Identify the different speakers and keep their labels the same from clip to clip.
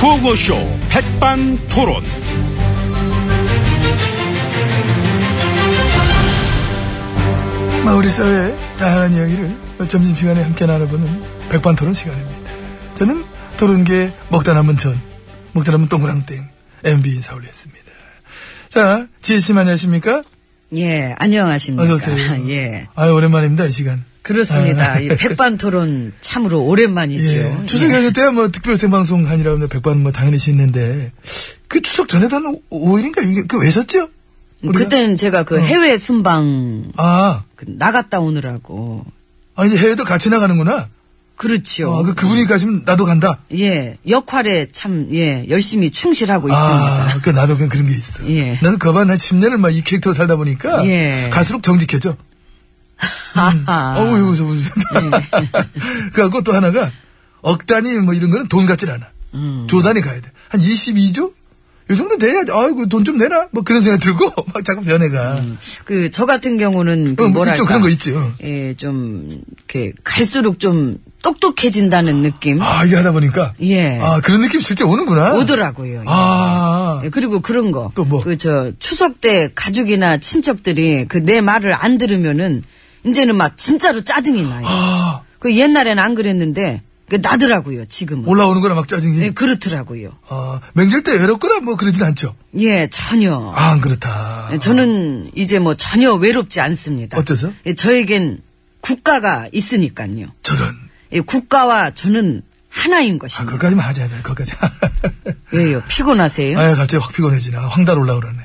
Speaker 1: 구호쇼 백반토론.
Speaker 2: 마, 우리 사회의 다양한 이야기를 점심시간에 함께 나눠보는 백반토론 시간입니다. 저는 토론계 먹다 남은 전, 먹다 남은 동그랑땡, MB 인사올렸습니다. 자, 지혜씨 안녕하십니까?
Speaker 3: 예, 안녕하십니까.
Speaker 2: 어서오세요.
Speaker 3: 예.
Speaker 2: 아유, 오랜만입니다, 이 시간.
Speaker 3: 그렇습니다.
Speaker 2: 아.
Speaker 3: 이 백반 토론 참으로 오랜만이죠.
Speaker 2: 예. 추석 연휴 때 뭐 특별 생방송 하니라 백반 뭐 당연히 있는데, 그 추석 전에도 한 5일인가 6일, 그왜 셨죠? 우리가? 어.
Speaker 3: 그때는 제가 그 해외 순방
Speaker 2: 아,
Speaker 3: 그 나갔다 오느라고.
Speaker 2: 아, 이제 해외도 같이 나가는구나.
Speaker 3: 그렇죠.
Speaker 2: 아, 그, 그분이 가시면 나도 간다.
Speaker 3: 예, 역할에 참, 예, 열심히 충실하고 있습니다.
Speaker 2: 아, 그 나도 그냥 그런 게 있어.
Speaker 3: 예.
Speaker 2: 나는 거반 한 10년을 막 이 캐릭터로 살다 보니까
Speaker 3: 예.
Speaker 2: 갈수록 정직해져.
Speaker 3: 아하.
Speaker 2: 음.
Speaker 3: 예.
Speaker 2: 어우, 여기서 무슨. 그래갖고 또 하나가 억단이 뭐 이런 거는 돈 같진 않아.
Speaker 3: 음.
Speaker 2: 조단이 가야 돼. 한 22조? 요 정도 돼야, 아이고, 돈 좀 내라. 뭐 그런 생각 들고 막 자꾸 변해가.
Speaker 3: 그, 저 같은 경우는, 그
Speaker 2: 어, 뭐
Speaker 3: 뭐랄까.
Speaker 2: 있죠. 그런 거 있지. 어.
Speaker 3: 예, 좀, 이렇게, 갈수록 좀 똑똑해진다는 느낌?
Speaker 2: 아, 이거 하다 보니까.
Speaker 3: 예.
Speaker 2: 아, 그런 느낌 실제 오는구나.
Speaker 3: 오더라고요. 예.
Speaker 2: 아.
Speaker 3: 예, 그리고 그런 거.
Speaker 2: 또 뭐?
Speaker 3: 그, 저, 추석 때 가족이나 친척들이 그 내 말을 안 들으면은, 이제는 막 진짜로 짜증이 나요.
Speaker 2: 아,
Speaker 3: 그 옛날엔 안 그랬는데, 그 나더라고요, 지금은.
Speaker 2: 올라오는 거나 막 짜증이.
Speaker 3: 예, 그렇더라고요.
Speaker 2: 아, 맹절 때 외롭거나 뭐 그러진 않죠.
Speaker 3: 예, 전혀.
Speaker 2: 아, 안 그렇다.
Speaker 3: 예, 저는 이제 뭐 전혀 외롭지 않습니다.
Speaker 2: 어째서?
Speaker 3: 예, 저에겐 국가가 있으니까요.
Speaker 2: 저런.
Speaker 3: 예, 국가와 저는 하나인
Speaker 2: 아,
Speaker 3: 것입니다.
Speaker 2: 그거까지만 하지, 하자, 그거까지.
Speaker 3: 왜요? 피곤하세요?
Speaker 2: 아, 갑자기 확 피곤해지나. 황달 올라오라네.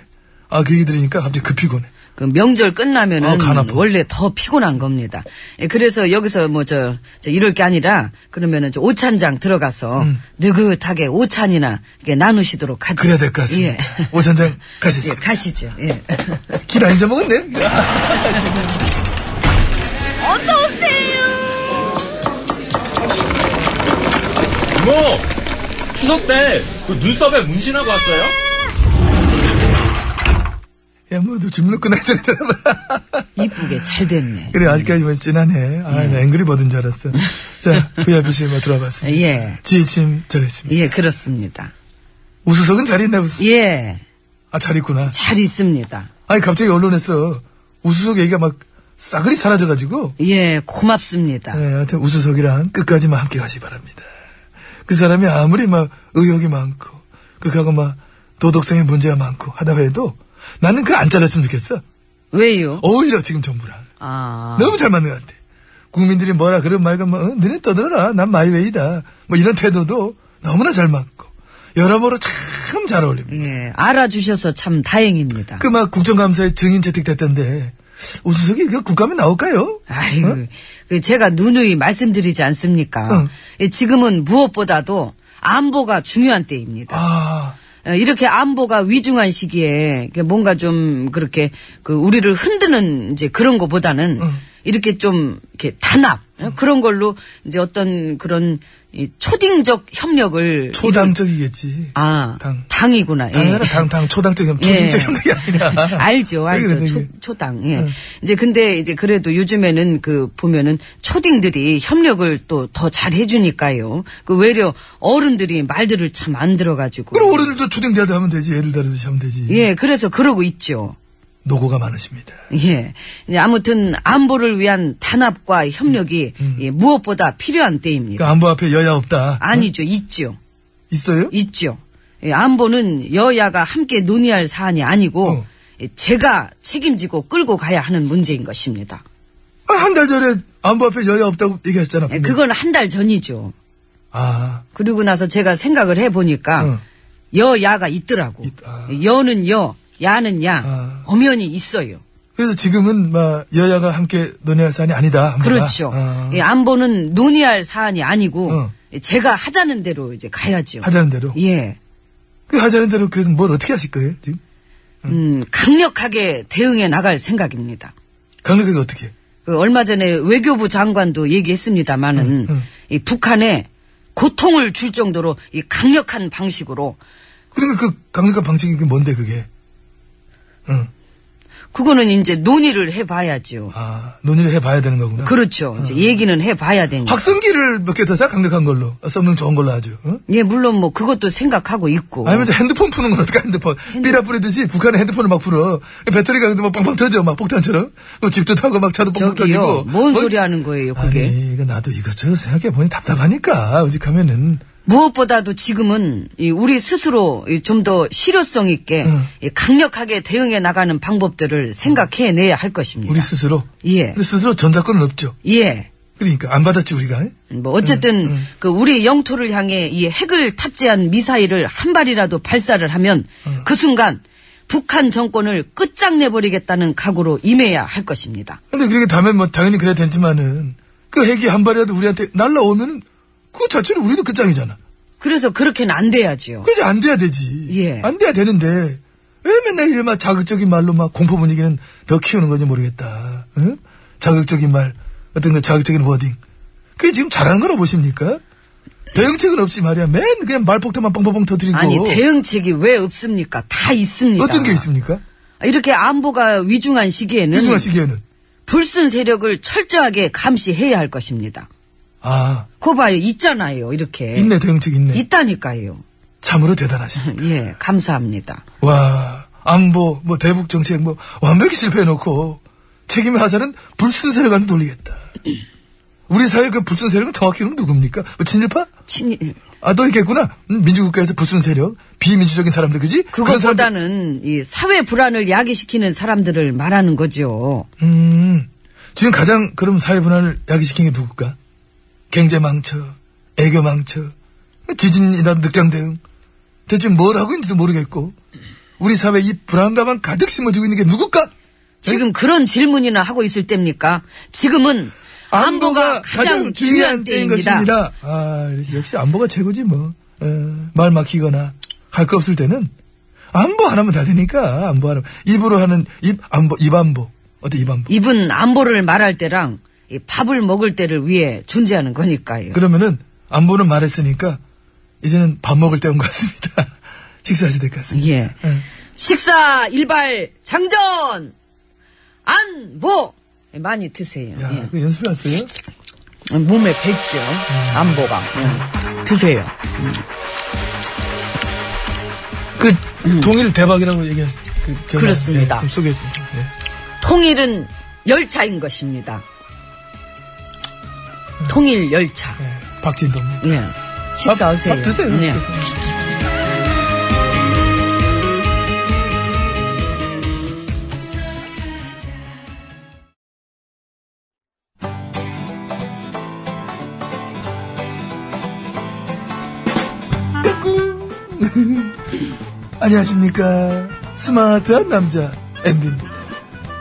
Speaker 2: 아, 그 얘기 들으니까 갑자기 급 피곤해.
Speaker 3: 그 명절 끝나면은
Speaker 2: 어, 간 아파.
Speaker 3: 원래 더 피곤한 겁니다. 예, 그래서 여기서 뭐 저 이럴 게 아니라 그러면은 저 오찬장 들어가서 느긋하게 오찬이나 이렇게 나누시도록
Speaker 2: 음.
Speaker 3: 하죠.
Speaker 2: 그래야 될 것 같습니다.
Speaker 3: 예.
Speaker 2: 오전장
Speaker 3: 예,
Speaker 2: 가셨습니다.
Speaker 3: 가시죠. 예.
Speaker 2: 길 안 잊어먹었네. 아,
Speaker 4: 뭐 추석 때그 눈썹에 문신하고 왔어요?
Speaker 2: 야, 뭐, 너 주물러 끝나기 전에 들어봐.
Speaker 3: 이쁘게 잘 됐네.
Speaker 2: 그래, 아직까지 뭐, 진하네.
Speaker 3: 예.
Speaker 2: 아, 나 앵그리 버든 줄 알았어. 자, VIP실 뭐 들어봤습니다.
Speaker 3: 예.
Speaker 2: 지혜침 잘했습니다.
Speaker 3: 예, 그렇습니다.
Speaker 2: 우수석은 잘 있나, 우수
Speaker 3: 예.
Speaker 2: 아, 잘 있구나.
Speaker 3: 잘 있습니다.
Speaker 2: 아니, 갑자기 언론에서 우수석 얘기가 막 싸그리 사라져가지고.
Speaker 3: 예, 고맙습니다.
Speaker 2: 네, 하여튼 우수석이랑 끝까지만 함께 가시 바랍니다. 그 사람이 아무리 막 의욕이 많고, 그하고 막 도덕성의 문제가 많고 하다가 해도 나는 그안 잘랐으면 좋겠어.
Speaker 3: 왜요?
Speaker 2: 어울려, 지금 정부랑.
Speaker 3: 아.
Speaker 2: 너무 잘 맞는 것 같아. 국민들이 뭐라 그런 말과 뭐, 어, 너네 떠들어라. 난 마이웨이다. 뭐 이런 태도도 너무나 잘 맞고, 여러모로 참 잘 어울립니다.
Speaker 3: 예, 알아주셔서 참 다행입니다.
Speaker 2: 그 막 국정감사에 증인 채택됐던데, 우수석이 그 국감에 나올까요?
Speaker 3: 아이고,
Speaker 2: 어?
Speaker 3: 그 제가 누누이 말씀드리지 않습니까?
Speaker 2: 응.
Speaker 3: 예, 지금은 무엇보다도 안보가 중요한 때입니다.
Speaker 2: 아,
Speaker 3: 예, 이렇게 안보가 위중한 시기에 이렇게 뭔가 좀 그렇게 그 우리를 흔드는 이제 그런 거보다는
Speaker 2: 어.
Speaker 3: 이렇게 좀 이렇게 단합 예, 그런 걸로 이제 어떤 그런 이 초딩적 협력을
Speaker 2: 초당적이겠지.
Speaker 3: 아
Speaker 2: 당.
Speaker 3: 당. 이구나
Speaker 2: 당연한 당당 초당적 협
Speaker 3: 예.
Speaker 2: 초중적 협력이 그러니까 아니라 어.
Speaker 3: 알죠,
Speaker 2: 그래,
Speaker 3: 알죠.
Speaker 2: 그래,
Speaker 3: 초,
Speaker 2: 그래.
Speaker 3: 초당. 예. 이제 근데 이제 그래도 요즘에는 그 보면은 초딩들이 협력을 또 더 잘 해주니까요. 그 외려 어른들이 말들을 참 안 들어가지고.
Speaker 2: 그럼 어른들도 초등대도 하면 되지 예를 들어서 하면 되지
Speaker 3: 예, 그래서 그러고 있죠.
Speaker 2: 노고가 많으십니다
Speaker 3: 예. 이제 아무튼 안보를 위한 단합과 협력이 예, 무엇보다 필요한 때입니다.
Speaker 2: 음, 그러니까 안보 앞에 여야 없다
Speaker 3: 아니죠, 있죠.
Speaker 2: 있어요?
Speaker 3: 있죠. 예, 안보는 여야가 함께 논의할 사안이 아니고
Speaker 2: 어.
Speaker 3: 예, 제가 책임지고 끌고 가야 하는 문제인 것입니다.
Speaker 2: 아, 한 달 전에 안보 앞에 여야 없다고 얘기하셨잖아
Speaker 3: 예, 그건 한 달 전이죠.
Speaker 2: 아
Speaker 3: 그리고 나서 제가 생각을 해보니까
Speaker 2: 응.
Speaker 3: 여야가 있더라고.
Speaker 2: 있- 아.
Speaker 3: 여는 여, 야는 야.
Speaker 2: 아.
Speaker 3: 엄연히 있어요.
Speaker 2: 그래서 지금은 막 여야가 함께 논의할 사안이 아니다 안보가.
Speaker 3: 그렇죠.
Speaker 2: 아,
Speaker 3: 예, 안보는 논의할 사안이 아니고
Speaker 2: 응.
Speaker 3: 예, 제가 하자는 대로 이제 가야죠.
Speaker 2: 하자는 대로
Speaker 3: 예.
Speaker 2: 그 하자는 대로 그래서 뭘 어떻게 하실 거예요 지금?
Speaker 3: 음, 강력하게 대응해 나갈 생각입니다.
Speaker 2: 강력하게 어떻게 해?
Speaker 3: 그 얼마 전에 외교부 장관도 얘기했습니다마는
Speaker 2: 응.
Speaker 3: 이 북한에 고통을 줄 정도로 이 강력한 방식으로
Speaker 2: 그러니까 그 강력한 방식이 뭔데 그게 응.
Speaker 3: 그거는 이제 논의를 해봐야죠.
Speaker 2: 아, 논의를 해봐야 되는 거구나.
Speaker 3: 그렇죠. 이제 얘기는 해봐야 되니까.
Speaker 2: 확성기를 몇 개 더 사 강력한 걸로. 어, 성능 좋은 걸로 하죠. 어?
Speaker 3: 예, 물론 뭐 그것도 생각하고 있고.
Speaker 2: 아니면 뭐 저 핸드폰 푸는 건 어떨까, 핸드폰. 삐라 뿌리듯이 북한에 핸드폰을 막 풀어. 배터리가 근데 막 빵빵 터져, 막 폭탄처럼. 뭐 집도 타고 막 차도 뻥뻥
Speaker 3: 저기요,
Speaker 2: 터지고.
Speaker 3: 뭔
Speaker 2: 뭐-
Speaker 3: 소리 하는 거예요, 그게?
Speaker 2: 아니, 이거 나도 이것저것 생각해보니 답답하니까, 오직하면은.
Speaker 3: 무엇보다도 지금은 이 우리 스스로 좀 더 실효성 있게
Speaker 2: 응.
Speaker 3: 이 강력하게 대응해 나가는 방법들을 생각해내야 할 것입니다.
Speaker 2: 우리 스스로.
Speaker 3: 예.
Speaker 2: 근데 스스로 전작권은 없죠.
Speaker 3: 예.
Speaker 2: 그러니까, 안 받았지, 우리가.
Speaker 3: 뭐 어쨌든 그 우리 영토를 향해 이 핵을 탑재한 미사일을 한 발이라도 발사를 하면 그 순간 북한 정권을 끝장내 버리겠다는 각오로 임해야 할 것입니다.
Speaker 2: 근데 그렇게 다면 뭐, 당연히 그래야 되지만은, 그 핵이 한 발이라도 우리한테 날라오면은, 그거 자체는 우리도 끝장이잖아.
Speaker 3: 그래서 그렇게는 안 돼야지요.
Speaker 2: 그지 안 돼야 되지.
Speaker 3: 예.
Speaker 2: 안 돼야 되는데 왜 맨날 이래 막 자극적인 말로 막 공포 분위기는 더 키우는 건지 모르겠다. 응? 자극적인 말, 어떤 그 자극적인 워딩. 그게 지금 잘하는 거나 보십니까? 대응책은 없이 말이야. 맨 그냥 말폭탄만 뻥뻥뻥 터뜨리고.
Speaker 3: 아니 대응책이 왜 없습니까? 다 있습니다.
Speaker 2: 어떤 게 있습니까?
Speaker 3: 이렇게 안보가 위중한 시기에는
Speaker 2: 이중환 시기에는.
Speaker 3: 불순 세력을 철저하게 감시해야 할 것입니다.
Speaker 2: 아,
Speaker 3: 그 봐요. 있잖아요. 이렇게.
Speaker 2: 있네, 대응책 있네.
Speaker 3: 예. 있다니까요.
Speaker 2: 참으로 대단하십니다.
Speaker 3: 예, 감사합니다.
Speaker 2: 와, 안보, 뭐 대북 정책 뭐 완벽히 실패해놓고 책임의 하사는 불순 세력한테 돌리겠다. 우리 사회 그 불순 세력은 정확히는 누굽니까? 뭐 친일파?
Speaker 3: 친일.
Speaker 2: 아, 너 있겠구나. 음, 민주국가에서 불순 세력, 비민주적인 사람들, 그지? 그런 사람들-
Speaker 3: 그것보다는 이 사회 불안을 야기시키는 사람들을 말하는 거죠.
Speaker 2: 음, 지금 가장 그럼 사회 분화를 야기시킨 게 누굴까? 경제망쳐, 애교망쳐, 지진이나 늑장대응. 대체 뭘 하고 있는지도 모르겠고, 우리 사회 이 불안감만 가득 심어주고 있는 게 누굴까?
Speaker 3: 지금 그런 질문이나 하고 있을 때입니까? 지금은 안보가 가장, 중요한 때인 것입니다.
Speaker 2: 것입니다. 아, 역시 안보가 최고지 뭐. 어, 말 막히거나 할 거 없을 때는 안보 하나면 다 되니까 안보 하나 입으로 하는 입 안보 입 안보 어때 입 안보.
Speaker 3: 이분 안보를 말할 때랑 이 밥을 먹을 때를 위해 존재하는 거니까요.
Speaker 2: 그러면은 안보는 말했으니까 이제는 밥 먹을 때 온 것 같습니다. 식사하실 때 같습니다.
Speaker 3: 예.
Speaker 2: 예.
Speaker 3: 식사 일발 장전 안보 예, 많이 드세요.
Speaker 2: 야,
Speaker 3: 예.
Speaker 2: 아, 그거 연습해 왔어요?
Speaker 3: 몸에 뱉죠. 안보가 예. 드세요.
Speaker 2: 그 동일 대박이라고 얘기하셨 그, 기억나-
Speaker 3: 그렇습니다.
Speaker 2: 예, 좀 소개해 주세요. 예.
Speaker 3: 통일은 열차인 것입니다. 통일 열차.
Speaker 2: 예. 박진동님.
Speaker 3: 예. 식사하세요.
Speaker 2: 밥 드세요.
Speaker 3: 예.
Speaker 2: 안녕하십니까. 스마트한 남자, MB입니다.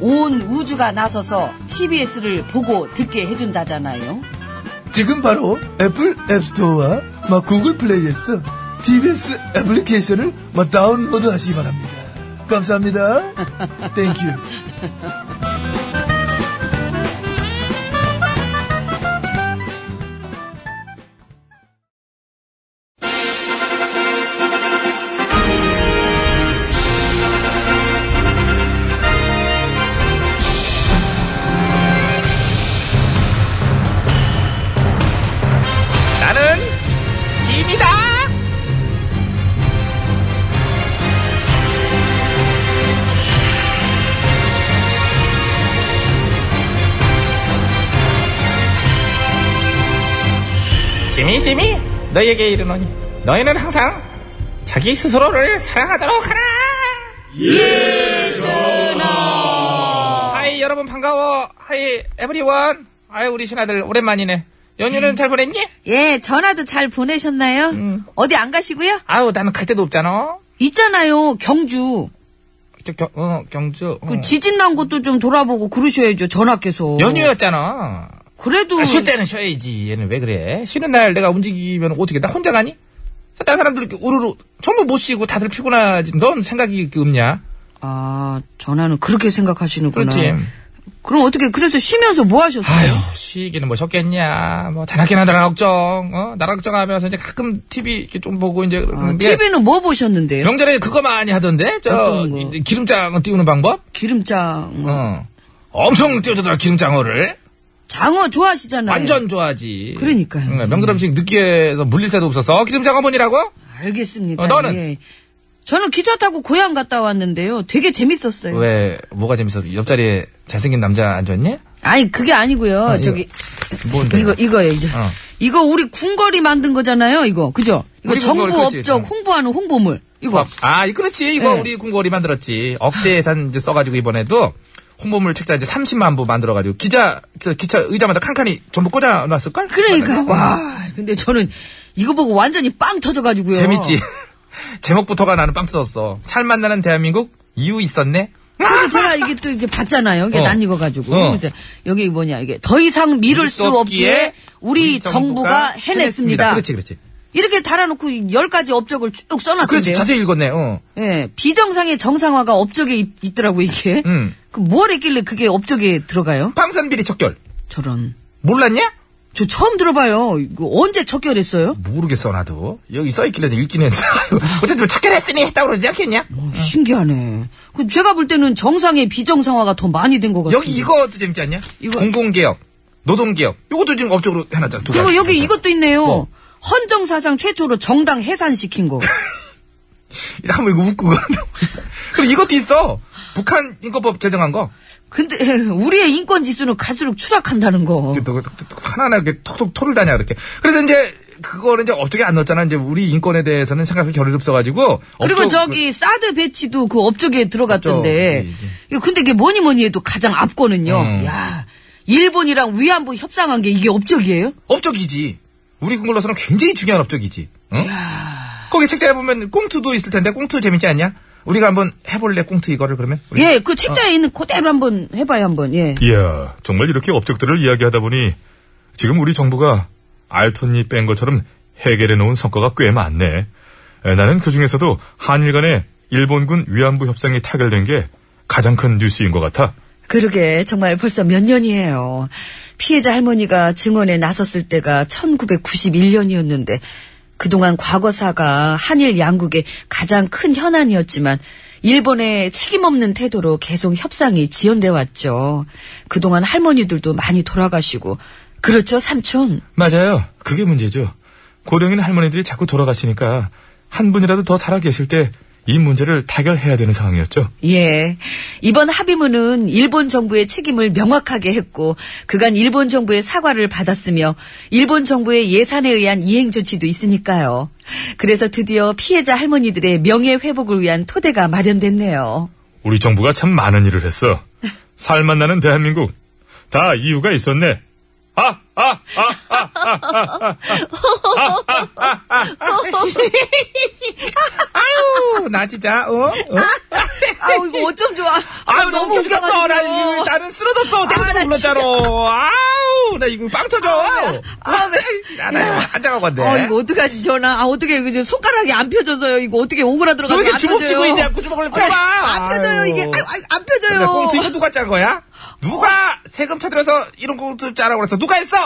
Speaker 3: 온 우주가 나서서 TBS를 보고 듣게 해준다잖아요.
Speaker 2: 지금 바로 애플 앱스토어와 마 구글 플레이에서 TBS 애플리케이션을 마 다운로드 하시기 바랍니다. 감사합니다. 땡큐.
Speaker 1: 나는 짐이다.
Speaker 5: 지미 지미 너에게 이르노니 너희는 항상 자기 스스로를 사랑하도록 하라 예 전하 하이 여러분 반가워 하이 에브리원 아이 우리 신하들 오랜만이네 연휴는 잘 보냈니?
Speaker 3: 예, 전화도 잘 보내셨나요? 어디 안 가시고요?
Speaker 5: 아우 나는 갈 데도 없잖아
Speaker 3: 있잖아요, 경주.
Speaker 5: 저, 경, 어, 경주 어.
Speaker 3: 그 지진 난 것도 좀 돌아보고 그러셔야죠, 전화께서.
Speaker 5: 연휴였잖아
Speaker 3: 그래도
Speaker 5: 아, 쉴 때는 쉬어야지. 얘는 왜 그래? 쉬는 날 내가 움직이면 어떻게 나 혼자 가니? 다른 사람들 이렇게 우르르 전부 못 쉬고 다들 피곤하지. 넌 생각이 이렇게 없냐?
Speaker 3: 아 전화는 그렇게 생각하시는구나.
Speaker 5: 그렇지.
Speaker 3: 럼 어떻게 그래서 쉬면서 뭐 하셨어요?
Speaker 5: 아유 쉬기는 뭐 쉬겠냐? 뭐 자나깨나 나랑 걱정, 어? 나랑 걱정하면서 이제 가끔 TV 이렇게 좀 보고
Speaker 3: 아,
Speaker 5: 이제 그러는 게
Speaker 3: TV는 뭐 보셨는데요?
Speaker 5: 아, 명절에 그거 많이 하던데 저
Speaker 3: 어떤 거?
Speaker 5: 이- 기름장 띄우는 방법?
Speaker 3: 기름장. 뭐
Speaker 5: 어. 엄청 띄워주더라 기름장어를.
Speaker 3: 장어 좋아하시잖아요.
Speaker 5: 완전 좋아하지.
Speaker 3: 네. 그러니까요.
Speaker 5: 응, 명절 음식 느끼해서 물릴 새도 없어서 기름장어 보니라고?
Speaker 3: 알겠습니다.
Speaker 5: 어, 너는?
Speaker 3: 예. 저는 기차 타고 고향 갔다 왔는데요. 되게 재밌었어요.
Speaker 5: 왜 뭐가 재밌었어? 옆자리에 잘생긴 남자 앉았니?
Speaker 3: 아니 그게 아니고요.
Speaker 5: 어, 이거.
Speaker 3: 저기
Speaker 5: 뭔데?
Speaker 3: 이거 이거예요. 이제
Speaker 5: 어.
Speaker 3: 이거 우리 궁궐이 만든 거잖아요. 이거 그죠? 이거
Speaker 5: 우리
Speaker 3: 정부
Speaker 5: 궁궐, 그렇지.
Speaker 3: 업적
Speaker 5: 어.
Speaker 3: 홍보하는 홍보물. 이거
Speaker 5: 아, 아, 이- 그렇지. 이거
Speaker 3: 네.
Speaker 5: 우리 궁궐이 만들었지. 억대 예산 이제 써가지고 이번에도 홍보물 책자 이제 30만 부 만들어가지고 기자, 저 기차 의자마다 칸칸이 전부 꽂아놨을걸? 네.
Speaker 3: 그러니까 와. 근데 저는 이거 보고 완전히 빵 터져가지고요.
Speaker 5: 재밌지. 제목부터가 나는 빵 터졌어. 살 만나는 대한민국 이유 있었네? 아!
Speaker 3: 그리고 그러니까 제가 이게 또 이제 봤잖아요. 이게
Speaker 5: 어.
Speaker 3: 난 익어가지고
Speaker 5: 어.
Speaker 3: 이제 여기 뭐냐 이게 더 이상 미룰 수 없기에 우리 정부가 해냈습니다.
Speaker 5: 그렇지, 그렇지.
Speaker 3: 이렇게 달아놓고 열 가지 업적을 쭉
Speaker 5: 그렇지.
Speaker 3: 써놨던데요.
Speaker 5: 자세히 읽었네. 어.
Speaker 3: 예, 비정상의 정상화가 업적에 있, 있더라고 이게.
Speaker 5: 음.
Speaker 3: 그뭘 했길래 그게 업적에 들어가요?
Speaker 5: 방산 비리 척결.
Speaker 3: 저런.
Speaker 5: 몰랐냐?
Speaker 3: 저 처음 들어봐요. 이거 언제 척결했어요?
Speaker 5: 모르겠어 나도 여기 써있길래 읽긴 했는데 어쨌든 착결했으니 했다고 그러지 않겠냐?
Speaker 3: 어, 신기하네. 그 제가 볼 때는 정상의 비정상화가 더 많이 된 것 같아요.
Speaker 5: 여기 이것도 재밌지 않냐?
Speaker 3: 이거-
Speaker 5: 공공개혁, 노동개혁 요것도 지금 업적으로 해놨잖아 두
Speaker 3: 그리고
Speaker 5: 가지.
Speaker 3: 여기 이것도 있네요.
Speaker 5: 뭐?
Speaker 3: 헌정 사상 최초로 정당 해산시킨 거.
Speaker 5: 한번 이거 웃고 가 그리고 이것도 있어 북한 인권법 제정한 거
Speaker 3: 근데 우리의 인권 지수는 갈수록 추락한다는 거.
Speaker 5: 이게 또- 또- 또 하나하나 이렇게 톡톡 토를 다냐 그렇게 그래서 이제 그거를 이제 업적에 안 넣었잖아 이제 우리 인권에 대해서는 생각할 겨를이 없어가지고
Speaker 3: 그리고
Speaker 5: 업적-
Speaker 3: 저기 사드 배치도 그 업적에 들어갔던데.
Speaker 5: 업적이지. 예,
Speaker 3: 이거 근데 이게 뭐니 뭐니 해도 가장 앞거는요.
Speaker 5: 음.
Speaker 3: 야, 일본이랑 위안부 협상한 게 이게 업적이에요?
Speaker 5: 업적이지. 우리 군걸로서는 굉장히 중요한 업적이지. 응? 거기 책자에 보면 꽁트도 있을 텐데 꽁트 재밌지 않냐? 우리가 한번 해볼래 꽁트 이거를 그러면? 우리?
Speaker 3: 예, 그 책자에 있는 그대로 한번 해봐요 한번. 예.
Speaker 6: 이야, 정말 이렇게 업적들을 이야기하다 보니 지금 우리 정부가 알턴이 뺀 것처럼 해결해 놓은 성과가 꽤 많네. 에, 나는 그 중에서도 한일 간의 일본군 위안부 협상이 타결된 게 가장 큰 뉴스인 것 같아.
Speaker 3: 그러게 정말 벌써 몇 년이에요. 피해자 할머니가 증언에 나섰을 때가 1991년이었는데 그동안 과거사가 한일 양국의 가장 큰 현안이었지만 일본의 책임없는 태도로 계속 협상이 지연돼 왔죠. 그동안 할머니들도 많이 돌아가시고 그렇죠 삼촌.
Speaker 6: 맞아요. 그게 문제죠. 고령인 할머니들이 자꾸 돌아가시니까 한 분이라도 더 살아계실 때 이 문제를 타결해야 되는 상황이었죠.
Speaker 3: 예. 이번 합의문은 일본 정부의 책임을 명확하게 했고, 그간 일본 정부의 사과를 받았으며, 일본 정부의 예산에 의한 이행조치도 있으니까요. 그래서 드디어 피해자 할머니들의 명예회복을 위한 토대가 마련됐네요.
Speaker 6: 우리 정부가 참 많은 일을 했어. 살맛 나는 대한민국. 다 이유가 있었네. 아, 아, 아, 아.
Speaker 5: 아유 나 진짜 어? 어?
Speaker 3: 아우, 이거 어쩜 좋아.
Speaker 5: 아유 너무 웃겼어. 나 이거 나는 쓰러졌어.
Speaker 3: 아, 나
Speaker 5: 땡땡 불렀잖아. 아우 나 이거 빵 터져.
Speaker 3: 아,
Speaker 5: 아나 안장하고 왔네.
Speaker 3: 어, 네. 이거 어떡하지, 전화. 아, 어떻게, 이거 손가락이 안 펴져서요. 이거 어떻게 오그라들어가서.
Speaker 5: 너 왜 이렇게
Speaker 3: 안
Speaker 5: 주먹
Speaker 3: 펴져요.
Speaker 5: 쥐고 있냐? 그 주먹을 펴봐.
Speaker 3: 안 펴져요, 이게. 아유, 아유, 안 펴져요.
Speaker 5: 근데 그러니까 꽁트 이거 누가 짠 거야? 누가 세금 쳐들여서 이런 꽁트 짜라고 그랬어? 누가 했어?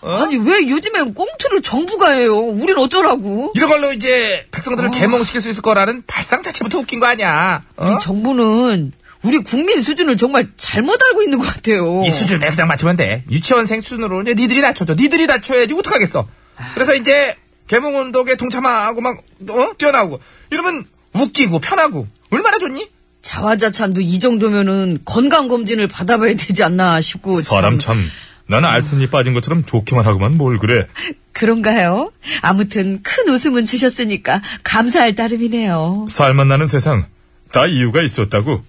Speaker 3: 아니, 왜 요즘엔 꽁트를 정부가 해요? 우린 어쩌라고?
Speaker 5: 이런 걸로 이제 백성들을 개몽시킬 수 있을 거라는 발상 자체부터 웃긴 거 아니야. 어?
Speaker 3: 우리 정부는 우리 국민 수준을 정말 잘못 알고 있는 것 같아요.
Speaker 5: 이 수준에 그냥 맞추면 돼. 유치원생 수준으로 이제 니들이 낮춰줘. 니들이 낮춰야지 어떡하겠어. 그래서 이제 개몽운동에 동참하고 막 어? 뛰어나오고 이러면 웃기고 편하고 얼마나 좋니?
Speaker 3: 자화자찬도 이 정도면은 건강검진을 받아봐야 되지 않나 싶고.
Speaker 6: 사람 참. 나는 알턴이 빠진 것처럼 좋기만 하고만 뭘 그래.
Speaker 3: 그런가요? 아무튼 큰 웃음은 주셨으니까 감사할 따름이네요.
Speaker 6: 살맛 나는 세상. 다 이유가 있었다고.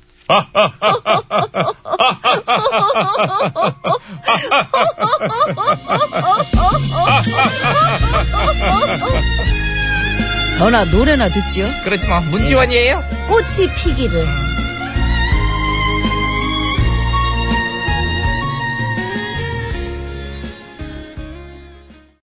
Speaker 3: 전화 노래나 듣지요?
Speaker 5: 그러지 뭐 문지원이에요.
Speaker 7: 꽃이 피기를